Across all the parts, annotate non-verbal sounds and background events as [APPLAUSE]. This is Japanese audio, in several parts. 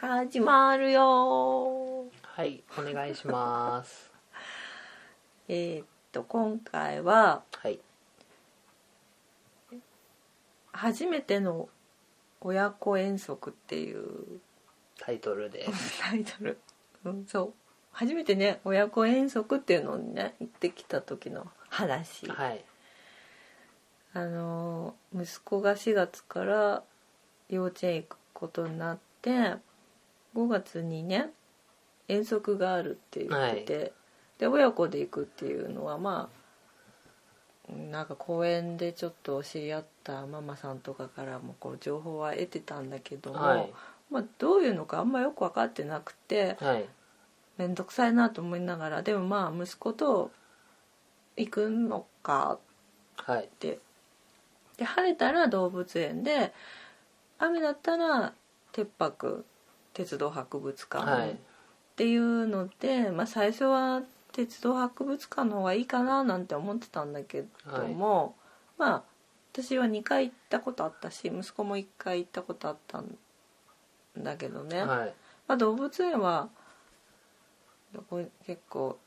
始まるよはいお願いしますえーっと今回は [LAUGHS] はい初めての親子遠足っていうタイトルでタイトル、 [LAUGHS] うん、そう初めてね親子遠足っていうのをね行ってきた時の話、はいあのー息子が4月から幼稚園行くことになって5月にね遠足があるって言ってて、で親子で行くっていうのはまあなんか公園でちょっと知り合ったママさんとかからもこう情報は得てたんだけども、はいまあ、どういうのかあんまよく分かってなくてはい面倒くさいなと思いながらでもまあ息子と行くのかはいってで晴れたら動物園で雨だったら鉄泊鉄道博物は館っいていうので、まあ、最初は鉄道博物館の方がいいかななんて思ってたんだけども、まあ私は2回行ったことあったし息子も1回行ったことあったんだけどね、はいまあ、動物園はどこ結構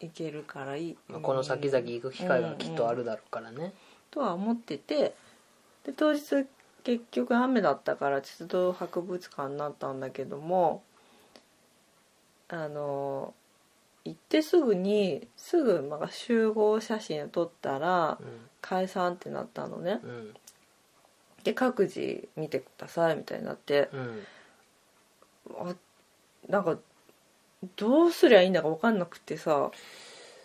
行けるからいい、まあこの先々行く機会はきっとあるだろうからねとは思っててで当日結局雨だったから鉄道博物館になったんだけどもあの行ってすぐにすぐまあ集合写真を撮ったら解散ってなったのねうんうんで各自見てくださいみたいになってうんあなんかどうすりゃいいんだか分かんなくてさ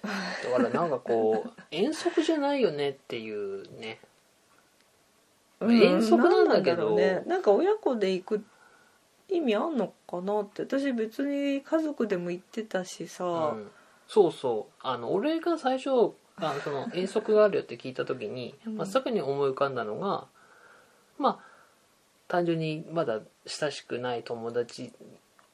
だからなんかこう [LAUGHS] 遠足じゃないよねっていうねうん遠足なんだけどなんねなんか親子で行く意味あんのかなって私別に家族でも行ってたしさ、うんそうそうあの俺が最初あ [LAUGHS] その遠足があるよって聞いた時にうん真っ先に思い浮かんだのがまあ単純にまだ親しくない友達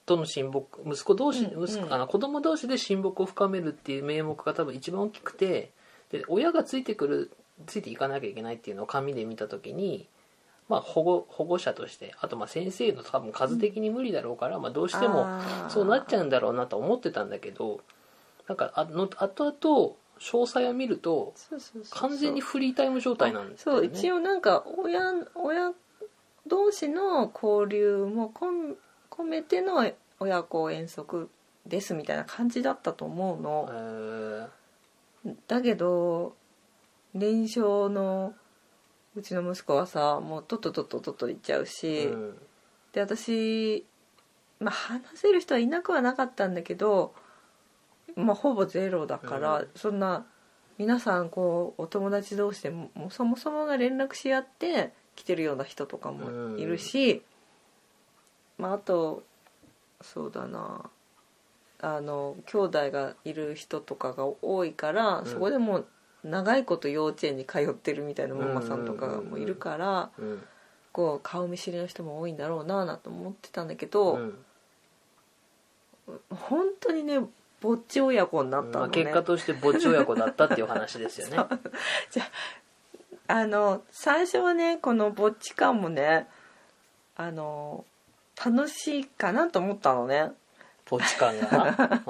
との親睦息子同士、うんうん息子あの子供同士で親睦を深めるっていう名目が多分一番大きくてで親がついてくるついていかなきゃいけないっていうのを紙で見た時に、まあ、保護保護者としてあとまあ先生の多分数的に無理だろうから、まあ、どうしてもそうなっちうゃうんだろうなと思ってたんだけどなんかあの後々詳細を見るとそうそうそう完全にフリータイム状態なんだよねそう一応応なんか親親同士の交流も込ん込めての親子遠足ですみたいな感じだったと思うの、だけど連勝のうちの息子はさもうとっととっととっと行っちゃうし、で私、まあ、話せる人はいなくはなかったんだけど、まあ、ほぼゼロだから、うんそんな皆さんこうお友達同士でももうそもそもが連絡し合って来てるような人とかもいるし、まあ、あとそうだなあの兄弟がいる人とかが多いから、んそこでもう長いこと幼稚園に通ってるみたいなママさんとかもいるから。うんこう顔見知りの人も多いんだろうなぁなと思ってたんだけど、うん本当にねぼっち親子になったまのあ、ね、結果としてぼっち親子だったっていう話ですよ [LAUGHS] ねあの最初はねこのぼっち感もねあの楽しいかなと思ったのねぼっち感が、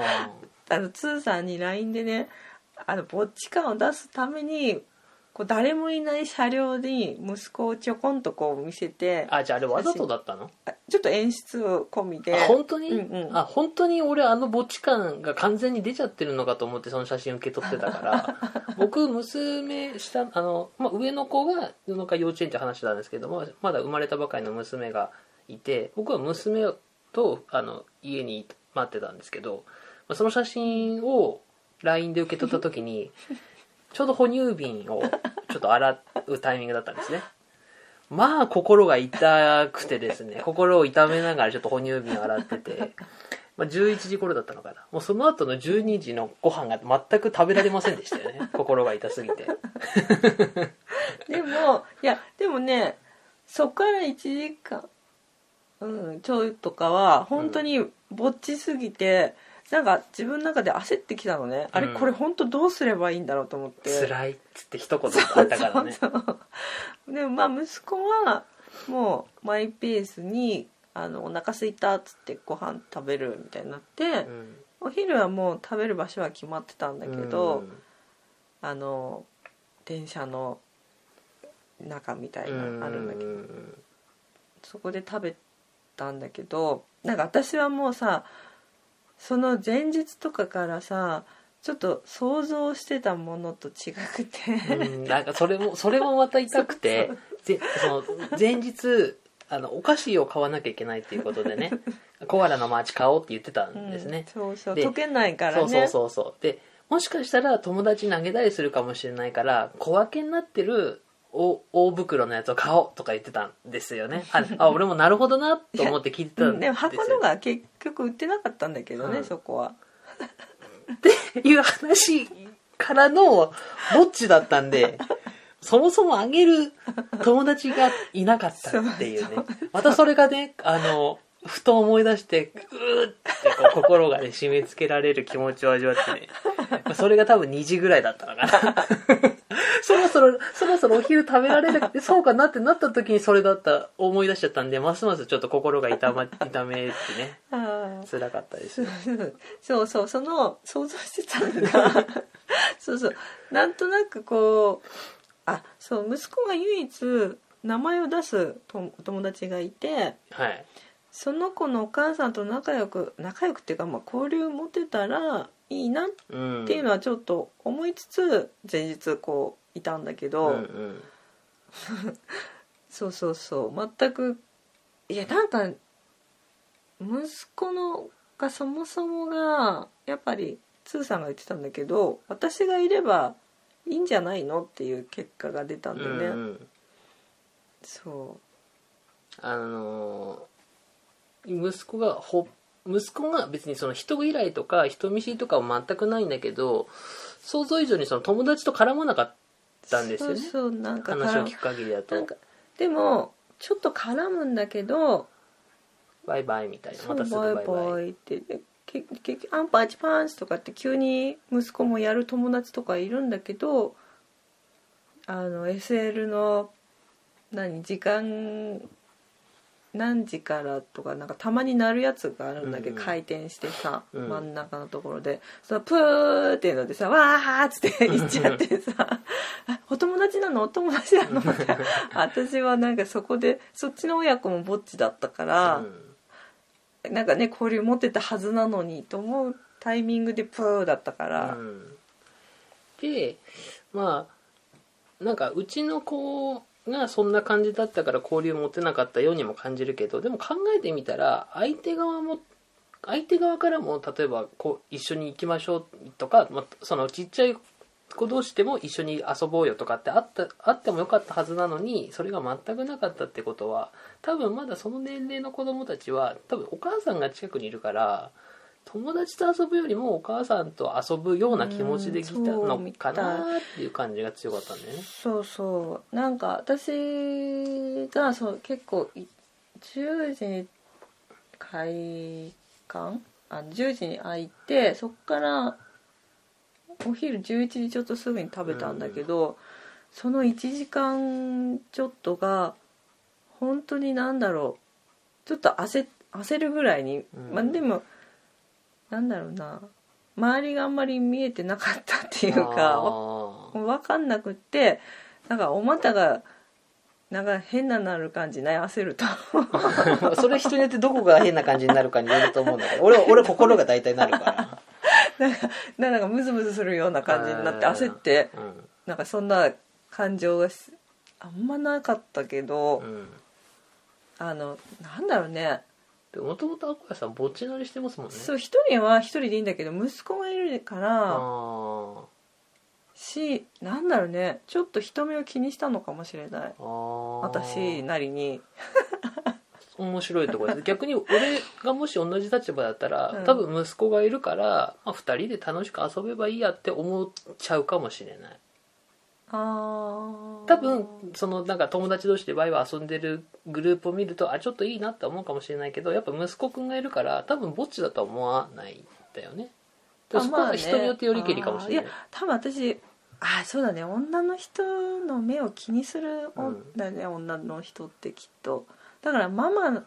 あのつーさんに LINE でねあのぼっち感を出すためにこう誰もいない車両に息子をちょこんとこう見せうてんあじゃああれわざとだったのあちょっと演出込みであ本当に、うんうんあ本当に俺あのぼっち感が完全に出ちゃってるのかと思ってその写真を受け取ってたから [LAUGHS] 僕娘下あの、まあ、上の子がなんか幼稚園って話なんですけどもまだ生まれたばかりの娘がいて僕は娘とあの家に待ってたんですけど、まあ、その写真を LINE で受け取った時 [LAUGHS] にちょうど哺乳瓶をちょっと洗うタイミングだったんですねまあ心が痛くてですね [LAUGHS] 心を痛めながらちょっと哺乳瓶を洗ってて、まあ、11時頃だったのかなもうその後の12時のご飯が全く食べられませんでした [LAUGHS] よね心が痛すぎてでもいやでもねそっから1時間うんちょいとかは本当にぼっちすぎて、なんか自分の中で焦ってきたのね、あれうんこれ本当どうすればいいんだろうと思って辛いっつって一言あったからねそうそうでもまあ息子はもうマイペースにあのお腹すいたっつってご飯食べるみたいになってう、んお昼はもう食べる場所は決まってたんだけど、あの電車の中みたいなのあるんだけど、うそこで食べたんだけどなんか私はもうさその前日とかからさちょっと想像してたものと違くうて、んなんかそれもそれもまた痛くてぜその前日あのお菓子を買わなきゃいけないっていうことでねコアラのマーチ買おうって言ってたんですね、うんそうそうで溶けないからねそうそうそうそうでもしかしたら友達に投げたりするかもしれないから小分けになってるお大袋のやつを買おうとか言ってたんですよねああ俺もなるほどなと思って聞いてたうんんですでよも箱のが結局売ってなかったんだけどね、うんそこはっていう話からのぼっちだったんで、そもそもあげる友達がいなかったっていうね。またそれがね、あの、ふと思い出して、うーってこう心がね、締め付けられる気持ちを味わってね。それが多分2時ぐらいだった [LAUGHS] のかな。そろそろ、そろそろお昼食べられる、そうかなってなった時にそれだった、思い出しちゃったんで、ますますちょっと心が痛ま、痛めってね、ああ辛かっ [LAUGHS] たですね。そうそうその想像してたの [LAUGHS] がそうそうなんとなくこうあそう息子が唯一名前を出すとお友達がいてはい。その子のお母さんと仲良く仲良くっていうか、まあ、交流持てたらいいなっうん。ていうのはちょっと思いつつ前日こういたんだけど、うんうんそうそうそう全くいやなんか息子のがそもそもがやっぱりつーさんが言ってたんだけど私がいればいいんじゃないのっていう結果が出たんだよね、うんうんそあのー息子がほ息子が別にその人嫌いとか人見知りとかは全くないんだけど想像以上にその友達と絡まなかっうたんですよねそうそうなんかた話絡をむ聞く限りだなとんかでもちょっと絡むんだけどバイバイみたいなそまうたすぐババイイバイバイってでけ結局アンパンチパンチとかって急に息子もやる友達とかいるんだけどあの SL の何時間何時からとかなんかたまになるやつがあるんだけど、うんうん回転してさ、うん真ん中のところでそのプーっていうのでさ「わー!」っつ [LAUGHS] って言っちゃってさ「あお友達なのお友達なの?」って [LAUGHS] 私はなんかそこでそっちの親子もぼっちだったから。うんなんかね交流持ってたはずなのにと思うタイミングでプーだったから、うんでまあなんかうちの子がそんな感じだったから交流持てなかったようにも感じるけどでも考えてみたら相手側も相手側からも例えばこう一緒に行きましょうとか、まあ、そのちっちゃい子同士でも一緒に遊ぼうよとかってあったあってもよかったはずなのにそれが全くなかったってことは多分まだその年齢の子供たちは多分お母さんが近くにいるから友達と遊ぶよりもお母さんと遊ぶような気持ちで来たのかなっていう感じが強かったんだよね。そうそうなんか私がそう結構い10時に開館あの10時に開いてそっからお昼11時ちょっとすぐに食べたんだけど、その1時間ちょっとが本当になんだろうちょっと焦焦るぐらいに、うんまあでもなんだろうな周りがあんまり見えてなかったっていうかあーもう分かんなくってなんかお股がなんか変ななる感じない焦ると [LAUGHS] それ人によってどこが変な感じになるかによると思うんだけど俺は俺心が大体なるかなんかムズムズするような感じになってあー焦ってら、なんかそんな感情がしあんまなかったけど、うんうん、あのなんだろうねでもともと赤谷さんぼっち乗りしてますもんねそう一人は一人でいいんだけど息子がいるからあしなんだろうねちょっと人目を気にしたのかもしれないーあー私なりに面白いとこ [LAUGHS] ろです逆に俺がもし同じ立場だったら、うん多分息子がいるから、まあ、2人で楽しく遊べばいいやって思っちゃうかもしれないあー多分そのなんか友達同士でワイワイ遊んでるグループを見るとあちょっといいなって思うかもしれないけどやっぱ息子くんがいるから多分ぼっちだとは思わないんだよねであそこまあはね人によってよりけりかもしれない,、あーい多分私あーそうだね女の人の目を気にするう女んだね、女の人ってきっとだからママ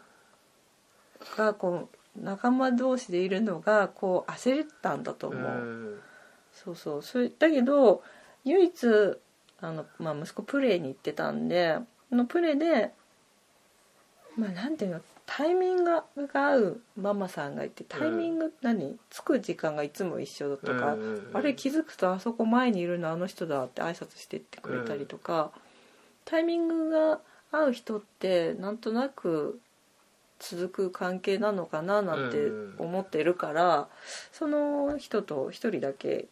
がこう仲間同士でいるのがこう焦ったんだと思う、うんそうそうそれだけど唯一あの、まあ、息子プレーに行ってたんでそのプレーでまあなんていうのタイミングが合うママさんがいてタイミング、何つく時間がいつも一緒だとか、うんあれ気づくとあそこ前にいるのあの人だって挨拶してってくれたりとか、タイミングが合う人ってなんとなく続く関係なのかななんてうん思ってるから、その人と一人だけ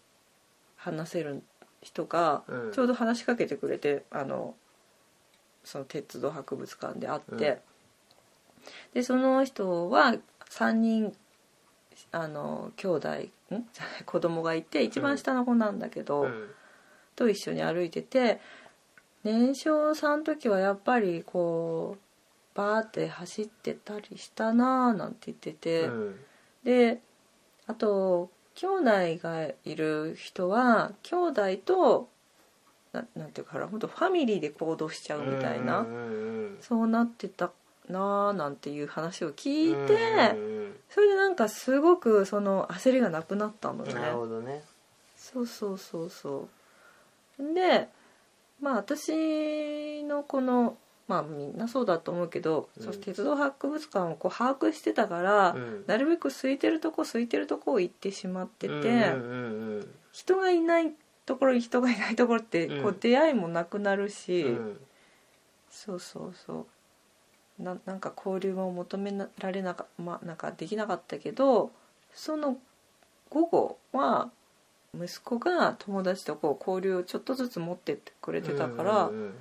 話せる人がうんちょうど話しかけてくれてあのその鉄道博物館で会って、でその人は3人あの兄弟ん [LAUGHS] 子供がいて一番下の子なんだけど、うんと一緒に歩いてて年少3の時はやっぱりこうバーって走ってたりしたなーなんて言ってて。うんであと兄弟がいる人は兄弟とななんていうかな本当ファミリーで行動しちゃうみたいな、うんうんそうなってたなあなんていう話をうん聞いて、うんそれでなんかすごくその焦りがなくなったのねなるほどねそうそうそうそうでまあ私のこのまあみんなそうだと思うけど、うんその鉄道博物館をこう把握してたから、うんなるべく空いてるとこ空いてるとこを行ってしまってて、うんうんうん人がいないところに人がいないところってこううん出会いもなくなるし、うんそうそうそうななんか交流も求められなか、まあ、なんかできなかったけどその午後は息子が友達とこう交流をちょっとずつ持ってってくれてたから、うんうん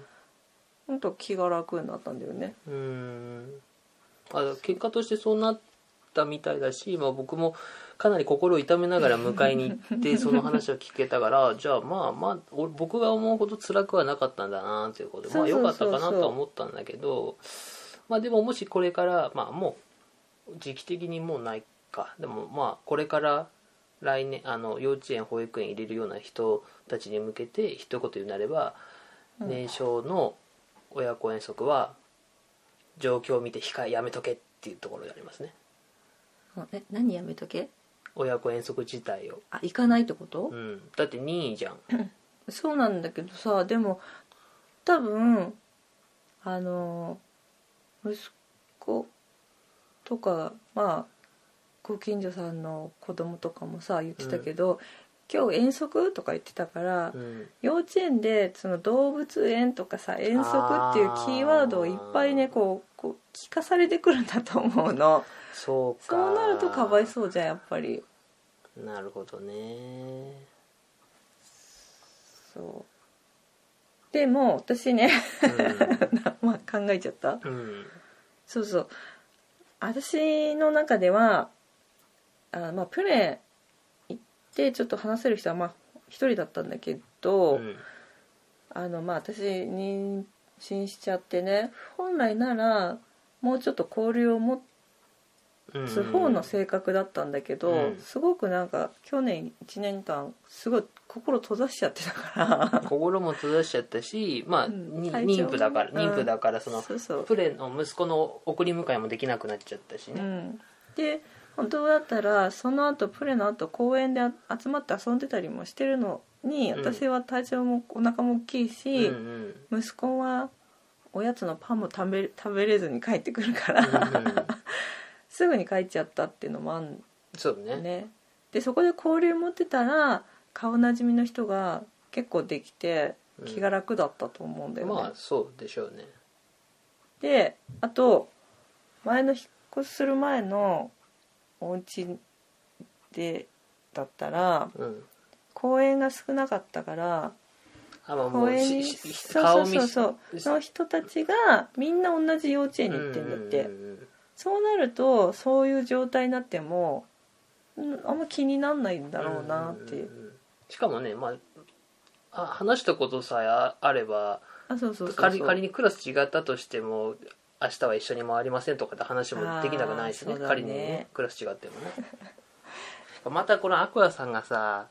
ほんと気が楽になったんだよね。うんうんあ結果としてそうなったみたいだし、まあ、僕もかなり心を痛めながら迎えに行ってその話を聞けたから [LAUGHS] じゃあまあまあ俺僕が思うほど辛くはなかったんだなということでまそあう良そかうっそたうそうかなとは思ったんだけどまあでももしこれからまあもう時期的にもうないかでもまあこれから来年あの幼稚園保育園入れるような人たちに向けて一言言うなればうん年少の親子遠足は状況を見て控えやめとけっていうところがありますねえ何やめとけ親子遠足自体を、あ行かないってこと、うん、だって任意じゃんそうなんだけどさでも多分あの息子とかまあご近所さんの子供とかもさ言ってたけど、今日遠足とか言ってたから、うん幼稚園でその動物園とかさ遠足っていうキーワードをいっぱいねあーこうこう聞かされてくるんだと思う [LAUGHS] のそうかそうなるとかわいそうじゃんやっぱりうなるほどねそうでも私ね [LAUGHS] まあ考えちゃったうん、うんそうそう私の中ではあまあプレー行ってちょっと話せる人はまあ一人だったんだけど、うんあのまあ私妊娠しちゃってね本来ならもうちょっと交流を持うんつ方の性格だったんだけど、うんすごくなんか去年1年間すごい心閉ざしちゃってたから心も閉ざしちゃったしまあ、うんに体調妊婦だからうん妊婦だからその、そうそうプレの息子の送り迎えもできなくなっちゃったしうね、ん、で本当だったらその後プレの後公園であ集まって遊んでたりもしてるのにうん私は体調もお腹も大きいし、うんうん息子はおやつのパンも食べ食べれずに帰ってくるから、うんうん [LAUGHS] すぐに帰っちゃったっていうのもあんそうのねねでそこで交流持ってたら顔なじみの人が結構できてうん気が楽だったと思うんだよね、まあそうでしょうねであと前の引っ越しする前のお家でだったらうん公園が少なかったからあまあも公う園しにししそうそう顔見そうそう見しの人たちがみんな同じ幼稚園に行ってんだって、うんうんうんそうなるとそういう状態になってもうんあんま気になんないんだろうなって、うんうんうんしかもねまああ話したことさえああればあそうそうそうそう仮仮にクラス違ったとしても明日は一緒に回りませんとかって話もできなくないしね [LAUGHS] あーそうだね仮にねクラス違ってもねまたこのアクアさん [LAUGHS] がさ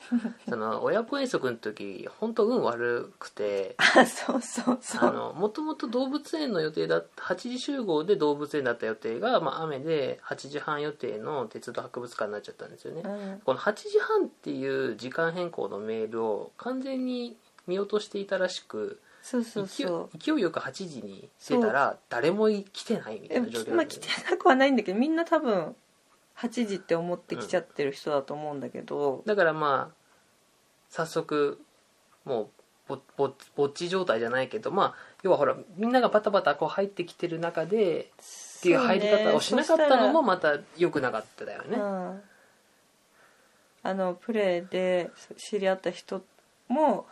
その親子遠足の時本当運悪くてあそうそうそあうのもともと動物園の予定だった8時集合で動物園だった予定が、まあ、雨で8時半予定の鉄道博物館になっちゃったんですよねうんこの8時半っていう時間変更のメールを完全に見落としていたらしくそうそうそう勢い勢いよく8時に出たら誰も来てないみたえいな状況まあ来てなくはないんだけどみんな多分8時って思って来ちゃってる人だと思うんだけど、だからまあ早速もうぼぼぼっち状態じゃないけどまあ要はほらみんながバタバタこう入ってきてる中でっていう入り方をしなかったのもまた良くなかっただよねねうん、あのプレイで知り合った人も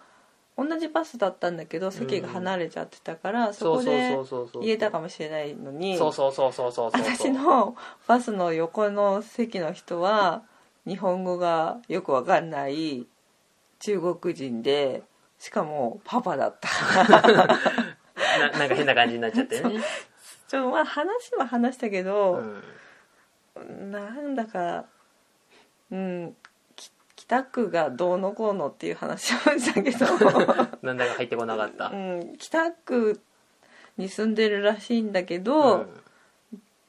同じバスだったんだけど席が離れちゃってたから、そそうこそうでそうそうそう言えたかもしれないのにそうそうそうそうそうそう私のバスの横の席の人は日本語がよくわかんない中国人でしかもパパだった [LAUGHS] ななんか変な感じになっちゃっ [LAUGHS] てねちょまあ話は話したけうど、んなんだかうんき北区がどうのこうのっていう話をした [LAUGHS] けど、なんだか入ってこなかったうん、北区に住んでるらしいんだけど、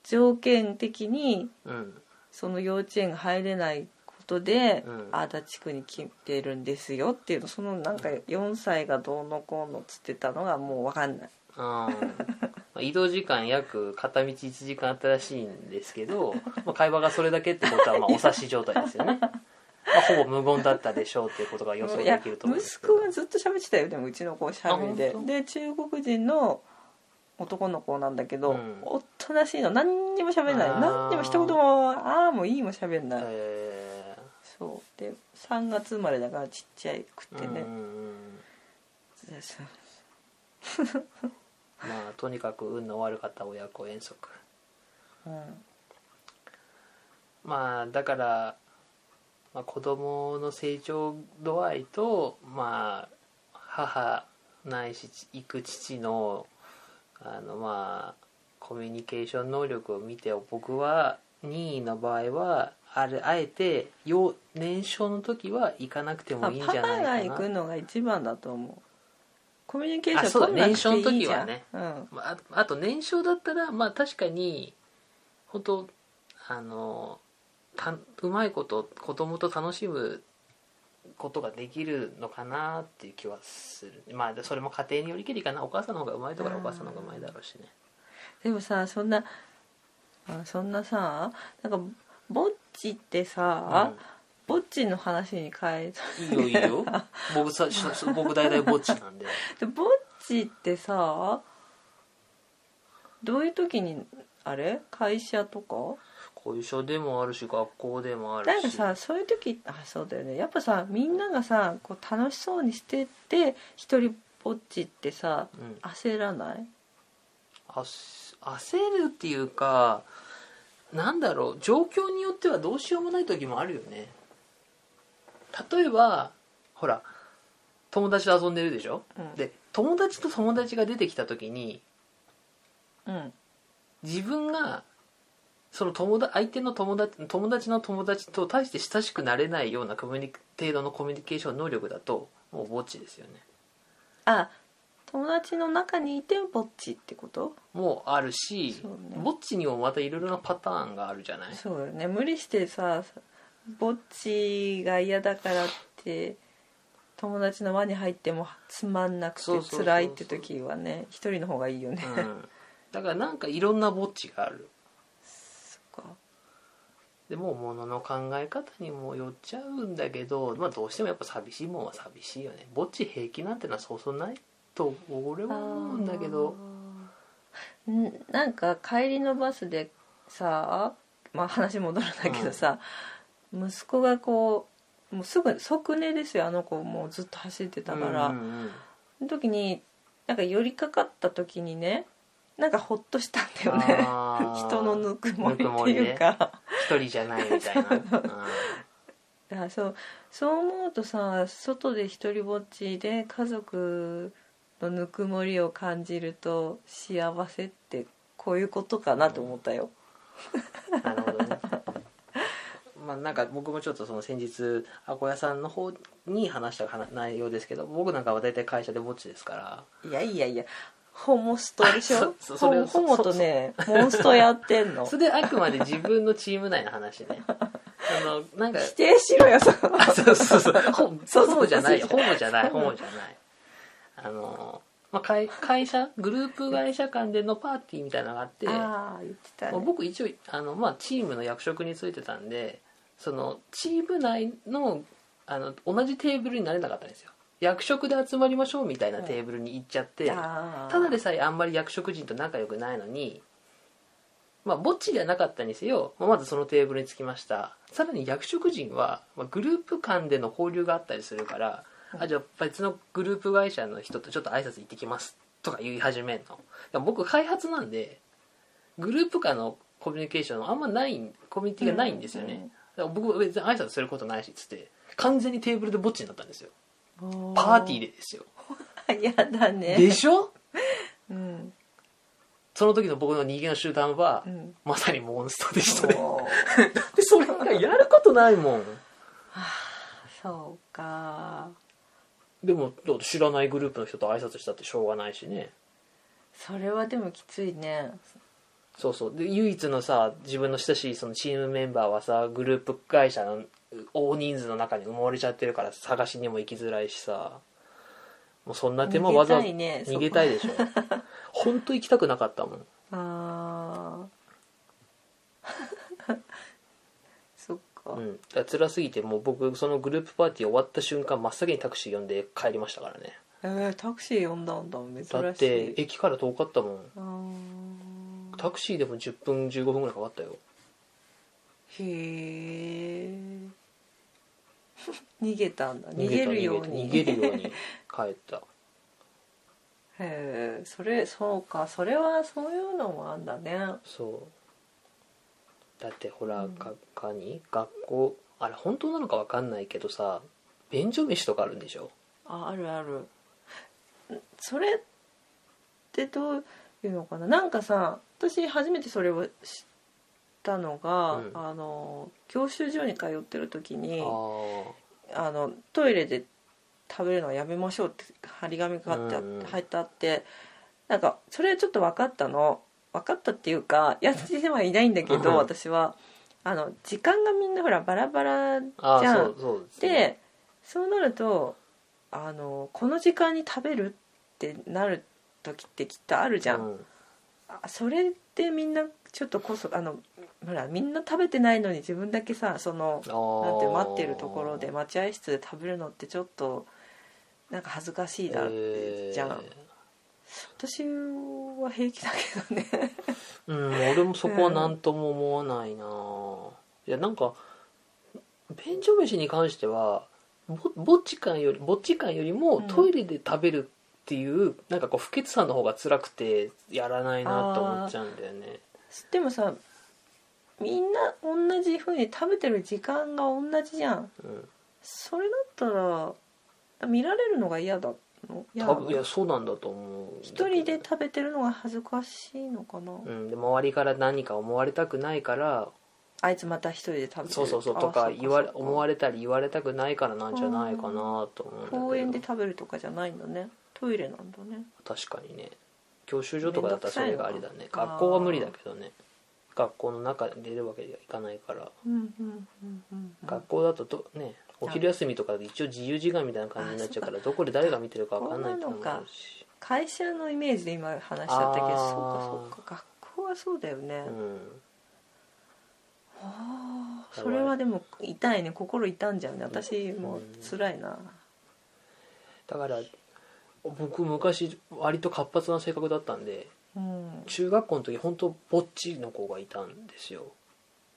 条件的にうんうんその幼稚園が入れないことで、うん足立区に来てるんですよっていうのそのなんか4歳がどうのこうのっつってたのがもう分かんないあー移動時間約片道1時間あったらしいんですけど、まあ、会話がそれだけってことはまあお察し状態ですよね、まあ、ほぼ無言だったでしょうっていうことが予想いでやきると思うんです息けど子はずっと喋ってたよでもうちの子をしゃべりあで本当で中国人の男の子なんだけど、うんおとなしいの何にも喋れないあー何にも一言も「ああ」も「いい」も喋んない、えそうで3月生まれだからちっちゃくーてね、うんうんうんそうまあとにかく運の悪かった親子遠足うんまあだから、まあ、子供の成長度合いとまあ母ないし行く父のあのまあコミュニケーション能力を見て僕は任意の場合はあれあえて幼年少の時は行かなくてもあいいんパじゃパがない行かくなのが一番だと思うコミュニケーシあそうョだン取らなくていいじゃ年少の時はんねうんまあああと年少だったらまあ確かに本当あのたうまいこと子供と楽しむことができるのかなっていう気はするまあでそれも家庭によりけりかなお母さんの方がうまいところはお母さんの方がうまいだろうしねでもさそんなあそんなさなんかぼっちってさ、ぼっちの話に変えたうんいいよいいよ僕さし僕大体ぼっちなんで [LAUGHS] でぼっちってさどういう時にあれ会社とか会社でもあるし学校でもあるしなんかさそういう時あそうだよねやっぱさみんながさこう楽しそうにしてて一人ぼっちってさうん、焦らないあす焦るっていうかなんだろう状況によってはどうしようもない時もあるよね例えばほら友達と遊んでるでしょうんで友達と友達が出てきた時にうん自分がその友達相手の友達友達の友達と大して親しくなれないようなコミュニ程度のコミュニケーション能力だともうぼっちですよねあ友達の中にいてぼっちってこともうあるし、そうねぼっちにもまたいろいろなパターンがあるじゃないそうよね無理してさぼっちが嫌だからって友達の輪に入ってもつまんなくそうてそうそうそう辛いって時はね一人の方がいいよね、うんだからなんかいろんなぼっちがあるそっかでもう物の考え方にもよっちゃうんだけど、まあ、どうしてもやっぱ寂しいもんは寂しいよねぼっち平気なんてのはそうそうないと俺は思うんだけどあーんなんか帰りのバスでさまあ話戻るんだけどさ、息子がこうもうすぐ即寝ですよあの子もうずっと走ってたから、うんうんその時になんか寄りかかった時にねなんかほっとしたんだよねあー人のぬくもりっていうか、一人じゃないみたいな、だからそうそう思うとさ外で一人ぼっちで家族のぬくもりを感じると幸せってこういうことかなと思ったよ、うんなるほどねまあ、なんか僕もちょっとその先日あこやさんの方に話した話内容ですけど僕なんかは大体会社でぼっちですからいやいやいやホモストでしょそそそホれモホモとねモンストやってんの [LAUGHS] それあくまで自分のチーム内の話ねあのなんか否定しろよその [LAUGHS] あそうそう [LAUGHS] そうそうほそうホモじゃないそようホモじゃないそホうモじゃないあの、まあ、会会社グループ会社間でのパーティーみたいなのがあってああ言ってたまあね僕一応あの、まあ、チームの役職についてたんでそのチーム内のあの同じテーブルになれなかったんですよ役職で集まりましょうみたいなテーブルに行っちゃって、あーただでさえあんまり役職人と仲良くないのにまあぼっちではなかったにせよまあまずそのテーブルにつきましたさらに役職人は、まあ、グループ間での交流があったりするから、うんあじゃあ別のグループ会社の人とちょっと挨拶行ってきますとか言い始めんのでも僕開発なんでグループ間のコミュニケーションあんまないコミュニティがないんですよね、だから僕別に挨拶することないしっつって完全にテーブルでぼっちになったんですよパーティーでですよでやだねでしょうんその時の僕の人間の集団は、うんまさにモンストでしたねそうでそれ以外やることないもんそうかでもだって知らないグループの人と挨拶したってしょうがないしねそれはでもきついねそうそうで唯一のさ自分の親しいそのチームメンバーはさグループ会社の大人数の中に埋もれちゃってるから探しにも行きづらいしさもうそんな手間わざわ逃げたいね逃げたいでしょ本当行きたくなかったもんあー [LAUGHS] そっか、うん、だから辛すぎてもう僕そのグループパーティー終わった瞬間真っ先にタクシー呼んで帰りましたからねえータクシー呼んだんだ珍しいだって駅から遠かったもんあータクシーでも10分15分ぐらいかかったよへえ [LAUGHS] 逃げたんだ逃げるように逃げた逃げるように帰ったへえそれそうかそれはそういうのもあんだねそうだってほら、うん学科に学校あれ本当なのか分かんないけどさ便所飯とかあるんでしょああるあるんそれってどういうのかななんかさ私初めてそれを知ったのが、うんあの教習所に通ってる時にああーのトイレで食べるのはやめましょうって張り紙があって、うんうん入ってあってなんかそれちょっと分かったの分かったっていうかやってはいないんだけうんど私はあの時間がみんなほらバラバラあじゃーあそうそうですねでそうなるとあのこの時間に食べるってなる時ってきっとあるじゃん、うんあそれってみんなちょっとこそあのほらみんな食べてないのに自分だけさそのあなんーて待ってるところで待合室で食べるのってちょっとなんか恥ずかしいだって、えーじゃん私は平気だけどね [LAUGHS] うん俺もそこは何とも思わないな、いやなんか便所飯に関してはぼぼっち感よりぼっち感よりもうんトイレで食べるっていう、なんかこう不潔さの方が辛くてやらないなと思っちゃうんだよねでもさみんな同じ風に食べてる時間が同じじゃんうんそれだったら見られるのが嫌だの嫌多な分のいやそうなんだと思う一人で食べてるのが恥ずかしいのかな、うん、で周りから何か思われたくないからあいつまた一人で食べてるそうそうそうあとか言われ思われれたり言われたくないからなんじゃないかなと思うんだけど公園で食べるとかじゃないんだねトイレなんだね確かにね教習所とかだったらそれがありだめんねどくさいのか学校は無理だけどね学校の中で出るわけにはいかないから、うんうんうんうんうん学校だとどねお昼休みとかで一応自由時間みたいな感じになっちゃうからどこで誰が見てるか分かんないと思うし会社のイメージで今話しちゃったけどあーそうかそうか学校はそうだよね、うんあーそれはでも痛いね心痛んじゃうね私もう辛いな、だから僕昔割と活発な性格だったんでうん、中学校の時本当ぼっちの子がいたんですよ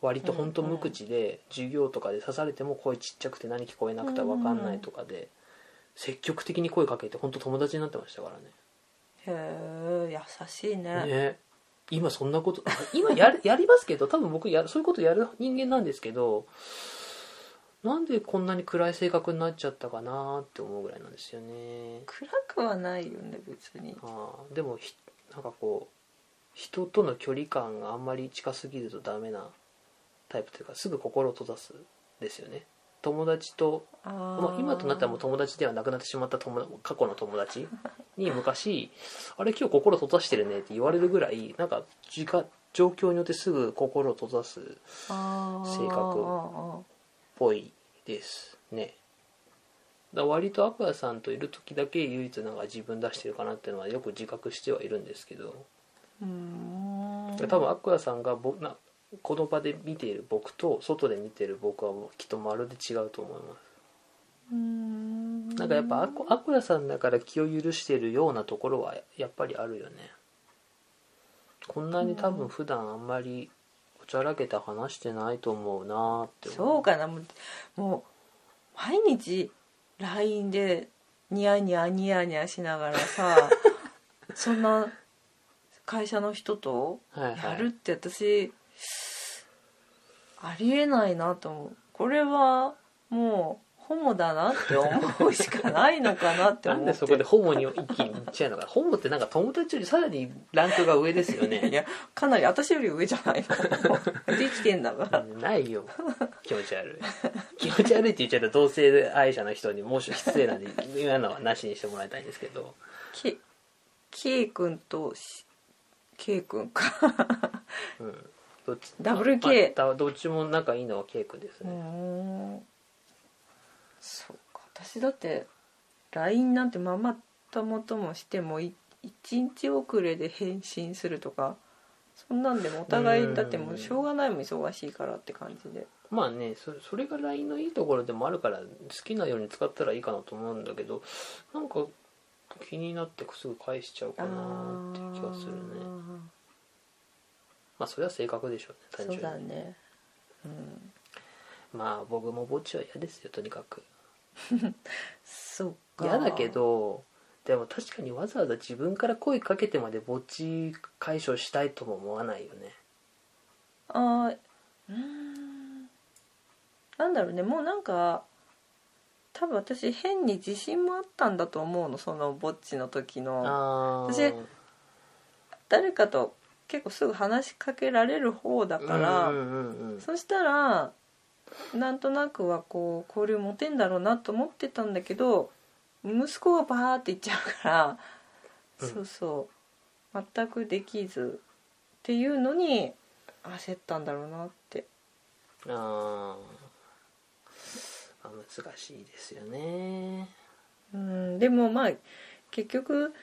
割と本当無口で授業とかで刺されても声ちっちゃくて何聞こえなくて分かんないとかで積極的に声かけて本当友達になってましたかへえ優しいらねね今そんなことあ今やる [LAUGHS] やりますけど多分僕やそういうことやる人間なんですけどなんでこんなに暗い性格になっちゃったかなって思うぐらいなんですよね暗くはないよね別にああでもひなんかこう人との距離感があんまり近すぎるとダメなタイプというかすぐ心を閉ざすですよね友達ともう今となったらもう友達ではなくなってしまった友達過去の友達に昔「あれ今日心閉ざしてるね」って言われるぐらいなんか時間状況によってすぐ心を閉ざすっ性格格ぽいですねだから割とアクアさんといる時だけ唯一なんか自分出してるかなっていうのはよく自覚してはいるんですけどうん多分アクアさんがぼなこの場で見ている僕と外で見ている僕はもうきっとまるで違うと思いますうんなんかやっぱアコアコヤさんだから気を許してるようなところはやっぱりあるよねこんなに多分普段あんまりおちゃらけた話してないと思うなーってそう思かなもうもう毎日 LINE でニヤニヤニヤニヤしながら [LAUGHS] さそんな会社の人とうはいはやいるって私ありえないなと思うこれはもうホモだなって思うしかないのかなってな思っんてでそこでホモに一気にいっちゃうのかホモってなんか友達よりさらにランクが上ですよ [LAUGHS] ねいやかなり私より上じゃないのできてんだ [LAUGHS] からないよ気持ち悪い [LAUGHS] 気持ち悪いって言っちゃったら同性愛者の人にもし失礼なんで今のはなしにしてもらいたいんですけど K, K 君とし K 君かうんどっちダブル K まあどっちも仲いいのは K 君ですうね、ーんそうか私だって LINE なんてママ友ともしてもい一日遅れで返信するとかそんなんでもお互ういんだってもうしょうがないもん忙しいからって感じでまあねそそれが LINE のいいところでもあるから好きなように使ったらいいかなと思うんだけどなんか気になってすぐ返しちゃうかなっていう気がするねまあそれは性格でしょうねあー単そう純だに、ねうんまあ僕もぼっちは嫌ですよとにかくそうか嫌だけどでも確かにわざわざ自分から声かけてまでぼっち解消したいとも思わないよねあーうーんなんだろうねもうなんか多分私変に自信もあったんだと思うのそのぼっちの時のああ私誰かと結構すぐ話しかけられる方だから、うんうんうんうんそしたらなんとなくはこう交流持てんだろうなと思ってたんだけど息子がバーって行っちゃうから、うんそうそう全くできずっていうのに焦ったんだろうなってあーあ難しいですよねうんでもまあ結局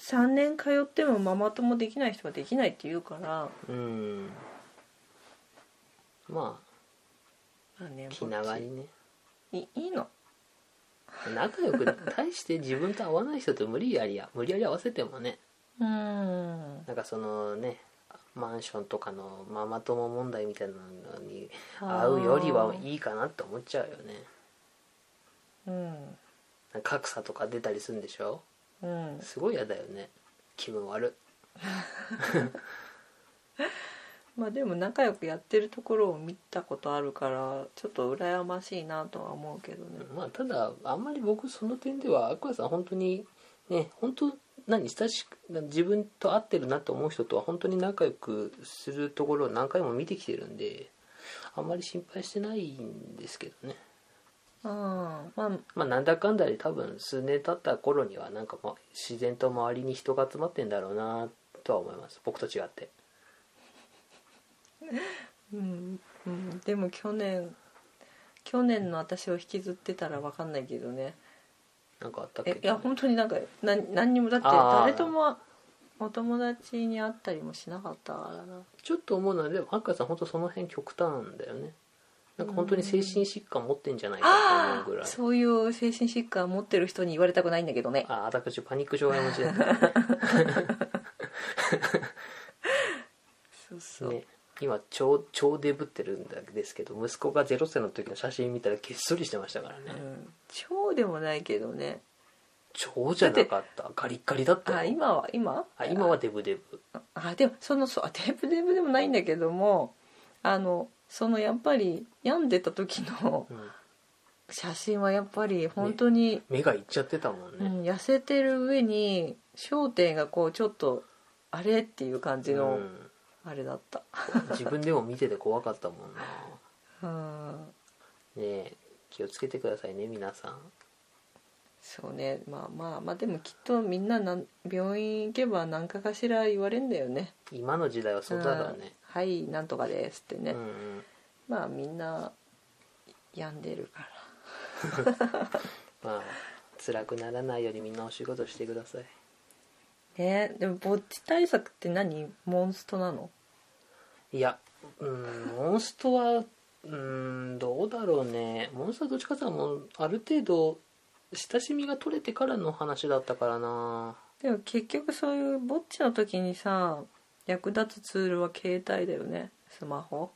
3年通ってもママ友できない人はできないって言うから、うんままあねあ気長にねぼっちいいいの仲良く対して自分と合わない人と無理やりや無理やり合わせてもねうんなんかそのねマンションとかのママ友問題みたいなのにあ [LAUGHS] 会ーうよりはいいかなって思っちゃうよねうんなんか格差とか出たりするんでしょうんすごい嫌だよね気分悪まあでも仲良くやってるところを見たことあるからちょっと羨ましいなとは思うけどねまあただあんまり僕その点ではアクアさん本当にね本当何親しく自分と合ってるなと思う人とは本当に仲良くするところを何回も見てきてるんであんまり心配してないんですけどねああまあまあなんだかんだで多分数年経った頃にはなんかまあ自然と周りに人が集まってんだろうなとは思います僕と違ってうん、うん、でも去年去年の私を引きずってたら分かんないけどねなんかあったっけえいや本当になんかな何にもだってああ誰ともお友達に会ったりもしなかったからなちょっと思うのはでもアッカーさん本当その辺極端だよねなんか本当に精神疾患持ってんじゃないかと思うぐらいそういう精神疾患持ってる人に言われたくないんだけどねあ私パニック障害持ちだったそうそう、 [LAUGHS] ね今超超デブってるんですけど息子が0歳の時の写真見たらげっそりしてましたからうねん、超でもないけどね超じゃなかったガリッガリだったよあ今は今あ今はデブデブあでもそのそうあデブデブでもないんだけどもあのそのやっぱり病んでた時のうん写真はやっぱり本当に、目がいっちゃってたもんうねん、痩せてる上に焦点がこうちょっとあれっていう感じの、うんああれだった自分でも見てて怖かったもんなうんねえ気をつけてくださいね皆さんそうねまあまあまあでもきっとみんななん病院行けば何かかしら言われんだよね今の時代はそうだからんね、はいなんとかですってね、うんうんまあみんな病んでるからまあ辛くならないようにみんなお仕事してくださいねでも墓地対策って何モンストなのいやうんモンストはうんどうだろうねモンストはどっちかっていうともうある程度親しみが取れてからの話だったからなでも結局そういう墓地の時にさ役立つツールは携帯だよねスマホ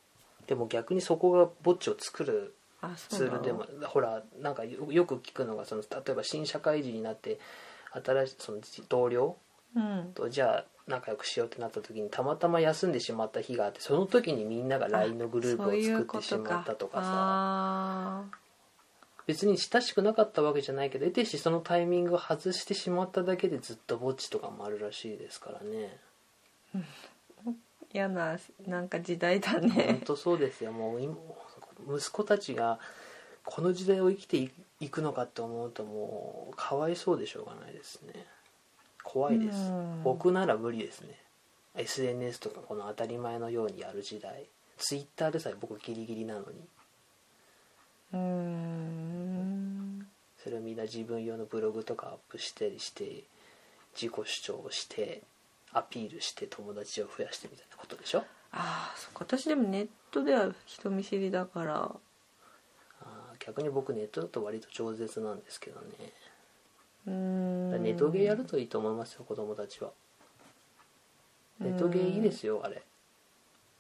でも逆にそこがぼっちを作るあそうツなーのルでもほらなんかよよく聞くのがその例えば新社会人になって新しいその同僚うんとじゃあ仲良くしようってなった時にたまたま休んでしまった日があってその時にみんなが LINE のグループそういを作うっこてしまったとかさあ別に親しくなかったわけじゃないけど得てしてそのタイミングを外してしまっただけでずっと墓地とかもあるらしいですからねー嫌ななんか時代だ本ね当そうですよもう今息子たちがこの時代を生きていいくのかって思うともうかわいそうでしょうがないですね怖いですうん僕なら無理ですね SNS とかこの当たり前のようにやる時代 Twitter でさえ僕ギリギリなのにうーんそれをみんな自分用のブログとかアップしたりして自己主張をしてアピールして友達を増やしてみたいなことでしょああそっか私でもネットでは人見知りだからあー逆に僕ネットだと割と饒舌なんですけどねうーんだからネットゲーやるといいと思いますよ子供たちはネットゲーいいですよあれ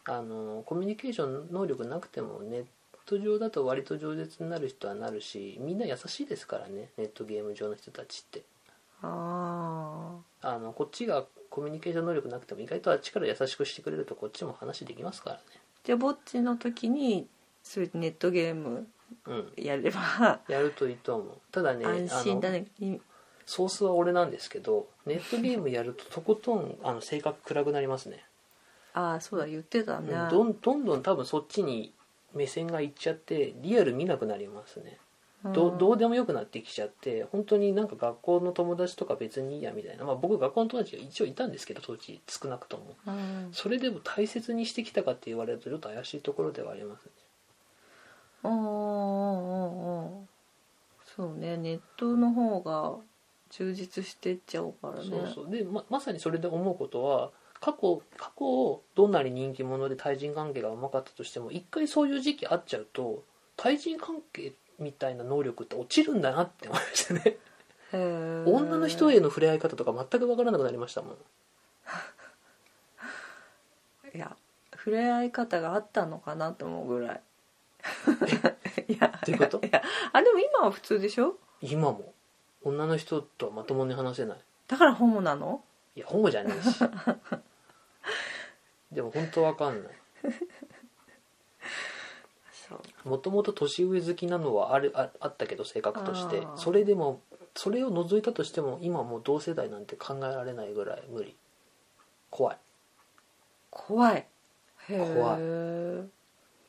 あのコミュニケーション能力なくてもネット上だと割と饒舌になる人はなるしみんな優しいですからねネットゲーム上の人たちってああのこっちがコミュニケーション能力なくても意外とあっちから優しくしてくれるとこっちも話できますからねーじゃあぼっちの時にそういうネットゲームうんやればやるといいと思うただね安心だあのねいソースは俺なんですけどネットゲームやるととことんあの性格暗くなりますねああそうだ言ってたねうんどんどんどん多分そっちに目線がいっちゃってリアル見なくなりますねどうどうでもよくなってきちゃって本当になんか学校の友達とか別にいいやみたいな、まあ、僕学校の友達が一応いたんですけど当時少なくともうんそれでも大切にしてきたかって言われるとちょっと怪しいところではありますねうんうんうんうんそうねネットの方が充実してっちゃうからねそうそうでままさにそれで思うことは過去過去をどんなに人気者で対人関係がうまかったとしても一回そういう時期あっちゃうと対人関係みたいな能力って落ちるんだなって思いましたねへー女の人への触れ合い方とか全く分からなくなりましたもんいや触れ合い方があったのかなと思うぐらい [LAUGHS] いやどういうことやあでも今は普通でしょ今も女の人とはまともに話せないだからホモなのいやホモじゃねえしでも本当わかんないそうもともと年上好きなのはあるああったけど性格としてあーそれでもそれを除いたとしても今もう同世代なんて考えられないぐらい無理怖い怖いへ怖え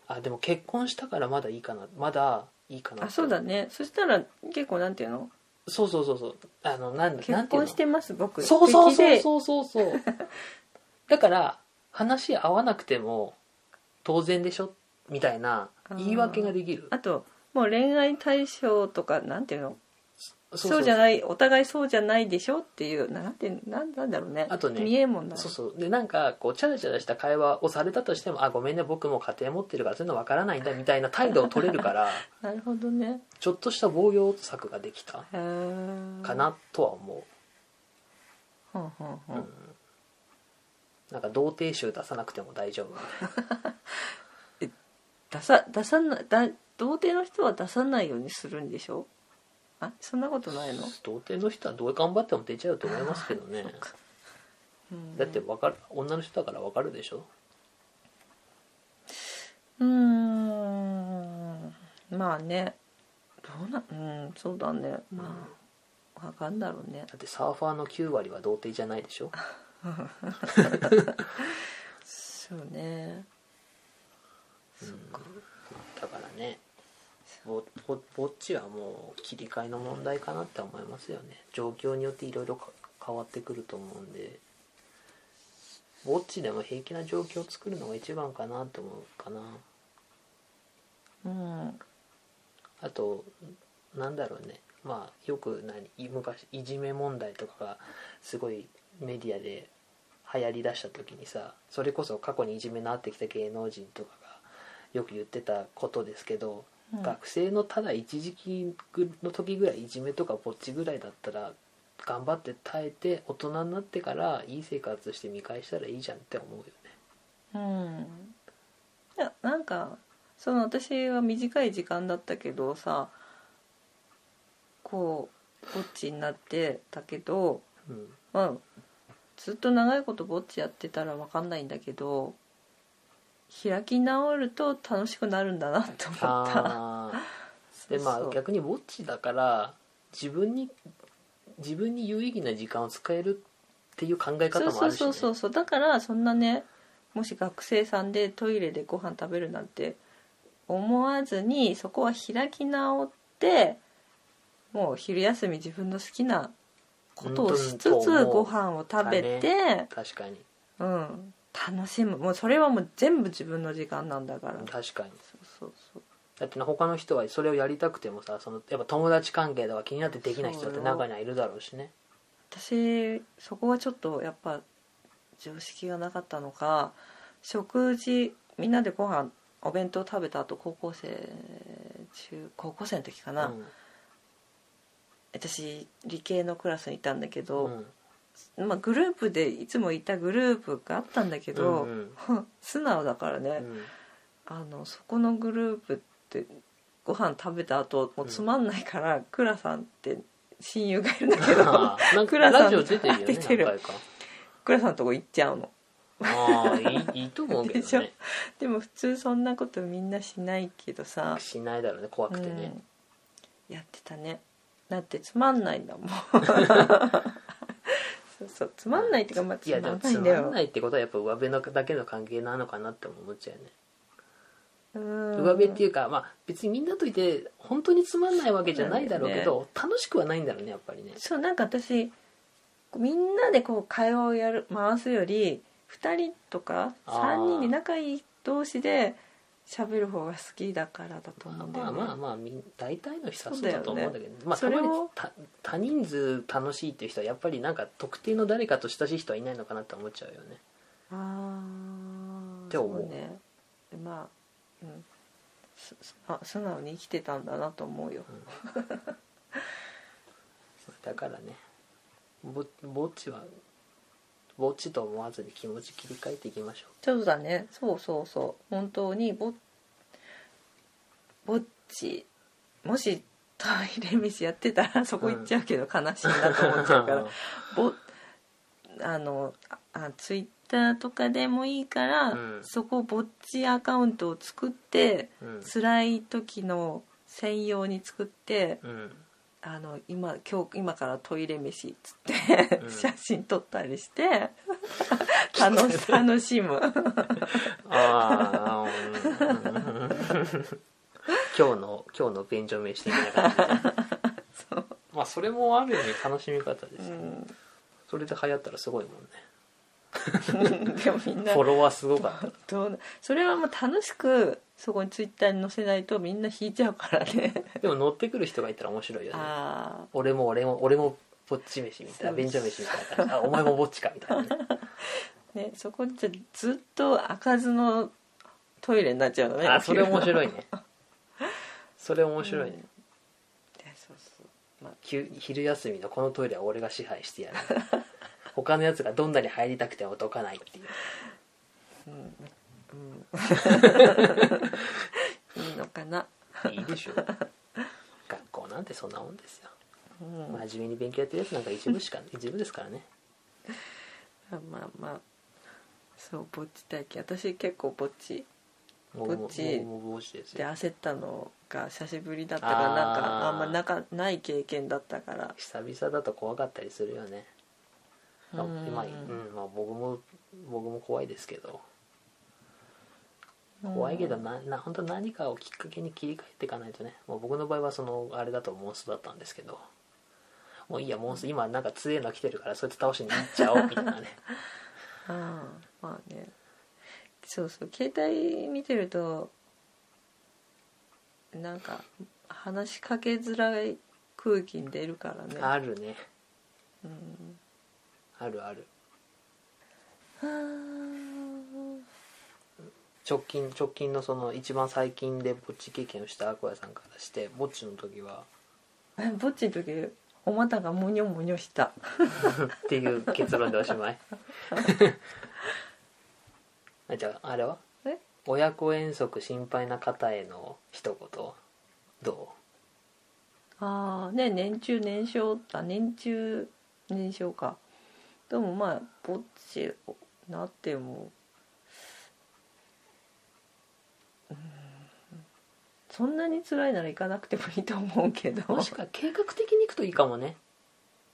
あでも結婚したからまだいいかなまだいいかなってあそうだねそしたら結構なんていうのそうそうそうそうあのなんなん結ていう婚のしてます僕そうそう素そう敵でそうそうそう [LAUGHS] だから話合わなくても当然でしょみたいな言い訳ができるあともう恋愛対象とかなんていうのそうじゃいないお互いそうじゃないでしょっていうなんてなんなんだろうねあとね見えんもんだそうそうでなんかこうチャラチャラした会話をされたとしても「あごめんね僕も家庭持ってるからそういうのわからないんだ」みたいな態度を取れるから [LAUGHS] なるほどねちょっとした防御策ができたへえかなとは思ほんほんう、ほうんん、なんか童貞集出さなくても大丈夫みたい出さ出さなだ童貞の人は出さないようにするんでしょあそんなことないのな童貞の人はどう頑張っても出ちゃうと思いますけどねうんだってわかる女の人だからわかるでしょうーんまあねどうなうんそうだねまあわかんだろうねだってサーファーの9割は童貞じゃないでしょそうね、そっかだからねぼぼぼっちはもう切り替えの問題かなって思いますよね状況によっていろいろ変わってくると思うんでぼっちでも平気な状況を作るのが一番かなと思うかなうんあとなんだろうねまあよく何い昔いじめ問題とかがすごいメディアで流行りだした時にさそれこそ過去にいじめのあってきた芸能人とかがよく言ってたことですけど、うん学生のただ一時期の時ぐらいいじめとかぼっちぐらいだったら頑張って耐えて大人になってからいい生活して見返したらいいじゃんって思うよねうんいやなんかその私は短い時間だったけどさこうぼっちになってたけどうんまあずっと長いことぼっちやってたらわかんないんだけど開き直ると楽しくなるんだなって思った。あーでまそあう逆にぼっちだから自分に自分に有意義な時間を使えるっていう考えそ方うもあそうるし、そね、うそうそうだからそんなねもし学生さんでトイレでご飯食べるなんて思わずにそこは開き直ってもう昼休み自分の好きなことをしつうんと思つうご飯を食べて、確かにうん、楽しむもうそれはもう全部自分の時間なんだからそう確かにそうそうだってな他の人はそれをやりたくてもさそのやっぱ友達関係とか気になってできない人だって中にはいるだろうしね私そこはちょっとやっぱ常識がなかったのか食事みんなでご飯お弁当食べた後高校生中高校生の時かな、私理系のクラスにいたんだけうんど、うんまあ、グループでいつもいたグループがあったんだけど、うん素直だからね、うんあのそこのグループってご飯食べた後もうつまんないから、クラさんって親友がいるんだ [LAUGHS] けどあーなんかクラさんラジオ出てるよ [LAUGHS] ね出てる何回かクラさんのとこ行っちゃうの。ああいい [LAUGHS] いいと思うけでしどょねでも普通そんなことみんなしないけどさ、しないだろうね怖くてね、うんやってたねだってつまんないんだ [LAUGHS] もんそうそうつまんないっていうか、まあ、ついやでまもんないつんだまよんないってことはやっぱ上辺のだけの関係なのかなって思っちゃうよね、うん上辺っていうかまあ別にみんなといて本当につまんないわけじゃないだろうけど楽しくはないんだろうねやっぱりねそうなんか私みんなでこう会話をやる回すより2人とかあー3人で仲いい同士で喋る方が好きだからだと思うんだまよあね、まあまあみん大体の人はそそううだよねだと思うんだけど、まあそたれまにをた多人数楽しいっていう人はやっぱりなんか特定の誰かと親しい人はいないのかなって思っちゃうよねああって思うそうねでまあうんすすあ素直に生きてたんだなと思うよだからねぼぼっちはぼっちと思わずに気持ち切り替えていきましょ [LAUGHS] そうだねそうそうそう本当にぼぼっちもしトイレ飯やってたらそこ行っちゃうけど悲しいなと思っちゃう [LAUGHS] から、ぼあのああツイッターとかでもいいから、うんそこぼっちアカウントを作ってうん、辛い時の専用に作って、うん、あの今今日今からトイレ飯っつって、うん写真撮ったりして [LAUGHS] 楽し楽しむああ、うん、今日の今日の便所飯的な感じでそう、まあそれもある意味楽しみ方でうすよね、ん、それで流行ったらすごいもんねでもみんなフォロワーすごかったどうなそれはもう楽しくそこにツイッターに載せないとみんな引いちゃうからねでも乗ってくる人がいたら面白いよねあ俺も俺も俺もぼっち飯みたいそなう便所飯みたいなあお前もぼっちかみたいな [LAUGHS] ね、あねそこじゃずっと開かずのトイレになっちゃうのねあそれ面白いいねそれ面白いね、うんでそうそうき昼休みのこのトイレは俺が支配してやる他のやつがどんなに入りたくてもどかないっていういいのかな、いいでしょ [LAUGHS] 学校なんてそんなもんですようん、ま真面目に勉強やってるやつなんか一部し [LAUGHS] か一部ですからねあまあまあそうぼっち体験私結構ぼっちもうぼっちもうもうぼっちですでよ焦ったのが久しぶりだったからなんかああーんまなかない経験だったから久々だと怖かったりするよねあうんまあ、うんまあ、僕も僕も怖いですけど怖いけどなな本当何かをきっかけに切り替えていかないとねもう僕の場合はそのあれだとモンストだったんですけどもういいやモンスト今なんか強いの来てるからそいつ倒しに行っちゃおうみたいなねああまあねそうそう携帯見てるとなんか話しかけづらい空気に出るから [LAUGHS] ねあるねうんあるあるはー直近直近のその一番最近でぼっち経験をしたアコヤさんからしてぼっちの時はえぼっちの時お股がモニョモニョしたっていう結論でおしまい [LAUGHS] あじゃああれはえ親子遠足心配な方への一言どああね年中年少あ年中年少かでもまあぼっちなってもうんそんなに辛いなら行かなくてもいいと思うけどうもしか計画的に行くといいかもね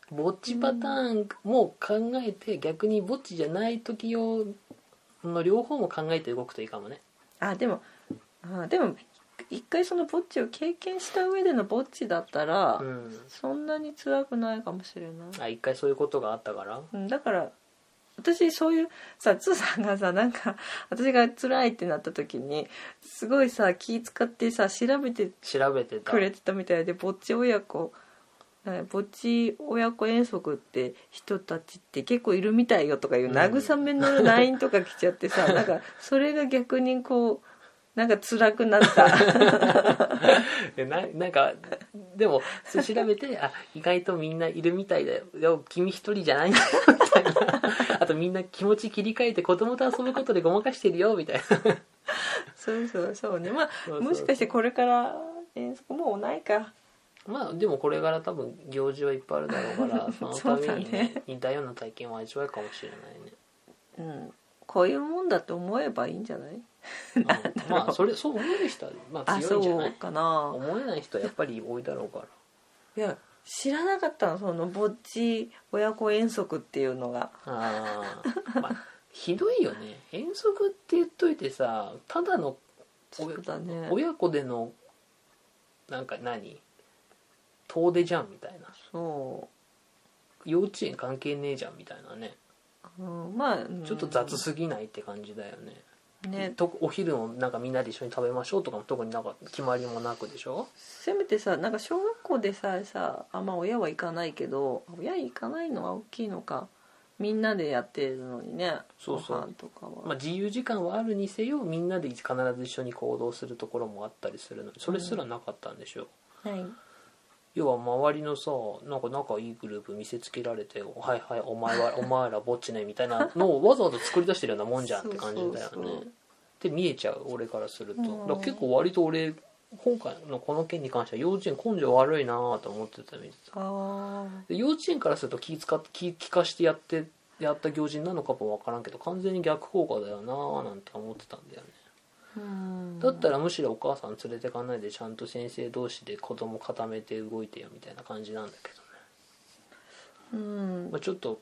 ぼっちパターンも考えて逆にぼっちじゃない時用の両方も考えて動くといいかもねあでもあでも一回そのぼっちを経験した上でのぼっちだったら、うんそんなに辛くないかもしれない、あ一回そういうことがあったからうん、だから私そういうさつーさんがさなんか私が辛いってなった時にすごいさ気使ってさ調べて調べてたくれてたみたいでぼっち親子なんかぼっち親子遠足って人たちって結構いるみたいよとかいううん慰めの LINE とか来ちゃって [LAUGHS] さ、なんかそれが逆にこうなんか辛くなった [LAUGHS] でななんかでもそれ調べてあ意外とみんないるみたいだよいや君一人じゃないんだよみたいなあとみんな気持ち切り替えて子供と遊ぶことでごまかしてるよみたいなそうそうそうねまあそうそうもしかしてこれから遠足もうないかまあでもこれから多分行事はいっぱいあるだろうからそのそうただめねに、ね、似たような体験は味わうかもしれなうんこういうもんだと思えばいいんじゃないいねうんまあそれそう思える人はまああ強いそんじゃなういかな思えない人はやっぱり多いだろうからいや知らなかったのそのぼっち親子遠足っていうのがあーまあひどいよね遠足って言っといてさただのそうだね [LAUGHS] 親子でのなんか何遠出じゃんみたいなそ幼稚園関係ねえじゃんみたいなねう、うん、まあ、うんちょっと雑すぎないって感じだよね,、ねとお昼もなんかみんなで一緒に食べましょうとかも特になんか決まりもなくでしょせめてさなんか小学校でさえさあんまあ親は行かないけど親行かないのは大きいのかみんなでやってるのにねそうそうご飯とかは、まあ、自由時間はあるにせよみんなで必ず一緒に行動するところもあったりするのにそれすらなかったんでしょ、はい要は周りのさなんか仲いいグループ見せつけられて「はいはいお前 [LAUGHS] はお前らぼっちね」みたいなのをわざわざ作り出してるようなもんじゃんって感じだよねそうそうそうで見えちゃう俺からすると、うんだから結構割と俺今回のこの件に関しては幼稚園根性悪いなぁと思ってたみたいああで幼稚園からすると気使って気気化してやってやった行事なのかも分からんけど完全に逆効果だよなぁなんて思ってたんだよねうんだったらむしろお母さん連れてかないでちゃんと先生同士で子供固めて動いてよみたいな感じなんだけどねうんまあ、ちょっと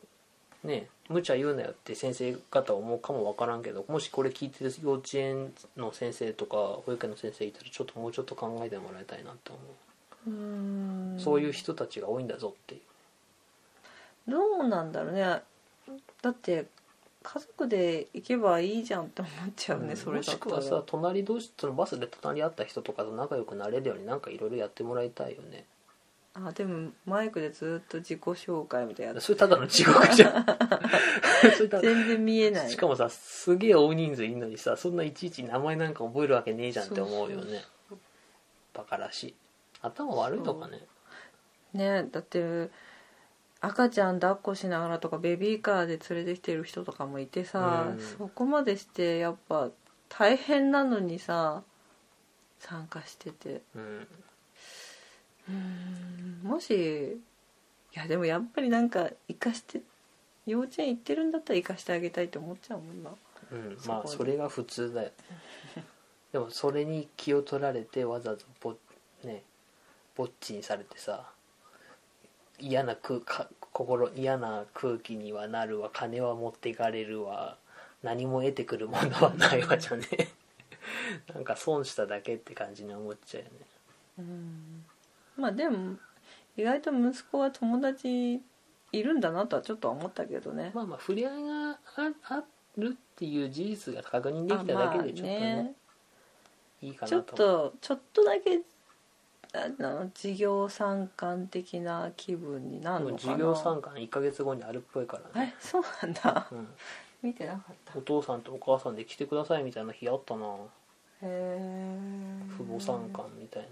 ね無茶言うなよって先生方思うかもわからんけどもしこれ聞いてる幼稚園の先生とか保育園の先生いたらちょっともうちょっと考えてもらいたいなって思う、うんそういう人たちが多いんだぞっていうどうなんだろうねだって家族で行けばいいじゃんって思っちゃうね、それもだしったくらはさ隣同士そのバスで隣り合った人とかと仲良くなれるようになんかいろいろやってもらいたいよねあでもマイクでずっと自己紹介みたいなやつそれただの地獄 [LAUGHS] じゃんそれただ全然見えないしかもさすげえ大人数いんのにさそんないちいち名前なんか覚えるわけねえじゃんって思うよねそうそうバカらしい頭悪いのかねねだって赤ちゃん抱っこしながらとかベビーカーで連れてきてる人とかもいてさ、うんそこまでしてやっぱ大変なのにさ参加しててうんうんもしいやでもやっぱりなんか生かして幼稚園行ってるんだったら生かしてあげたいって思っちゃうもんなうん、そまあこでそれが普通 [LAUGHS] だよでもそれに気を取られてわざわざぼ,、ね、ぼっちにされてさ嫌な空か心嫌な空気にはなるわ金は持っていかれるわ何も得てくるものはないわじゃね [LAUGHS] か損しただけって感じに思っちゃうよねうんまあでも意外と息子は友達いるんだなとはちょっとは思ったけどね、まあまあ触れ合いがああるっていう事実が確認できただけでちょっとね,、まあねいいかちょなっと思うとちょっとだけあの事業参観的な気分になるものうかな授業参観1ヶ月後にあるっぽいからあね、れそうなん [LAUGHS] だうん、見てなかったお父さんとお母さんで来てくださいみたいな日あったなへえ父母参観みたい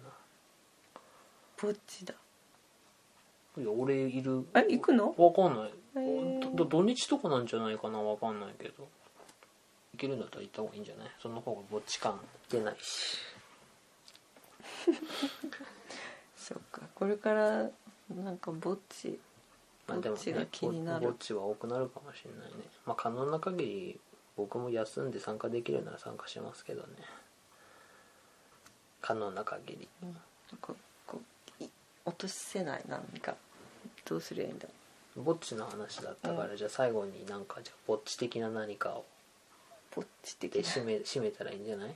ぼっちだないや俺いるえ行くのわかんないへえど土日とかなんじゃないかなわかんないけど行けるんだったら行った方がいいんじゃないその方がぼっち感出ないしそっかこれからなんかぼっちぼっちが気になるぼぼっちは多くなるかもしれないねまあ可能な限り僕も休んで参加できるなら参加しますけどね可能な限りなんかこうい落とせないなんかどうすりゃいいんだぼっちの話だったから、うじゃあ最後になんかじゃあぼっち的な何かをぼっち的でな締め締めたらいいんじゃない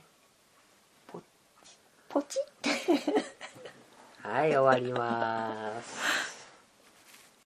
ポチッはい終わります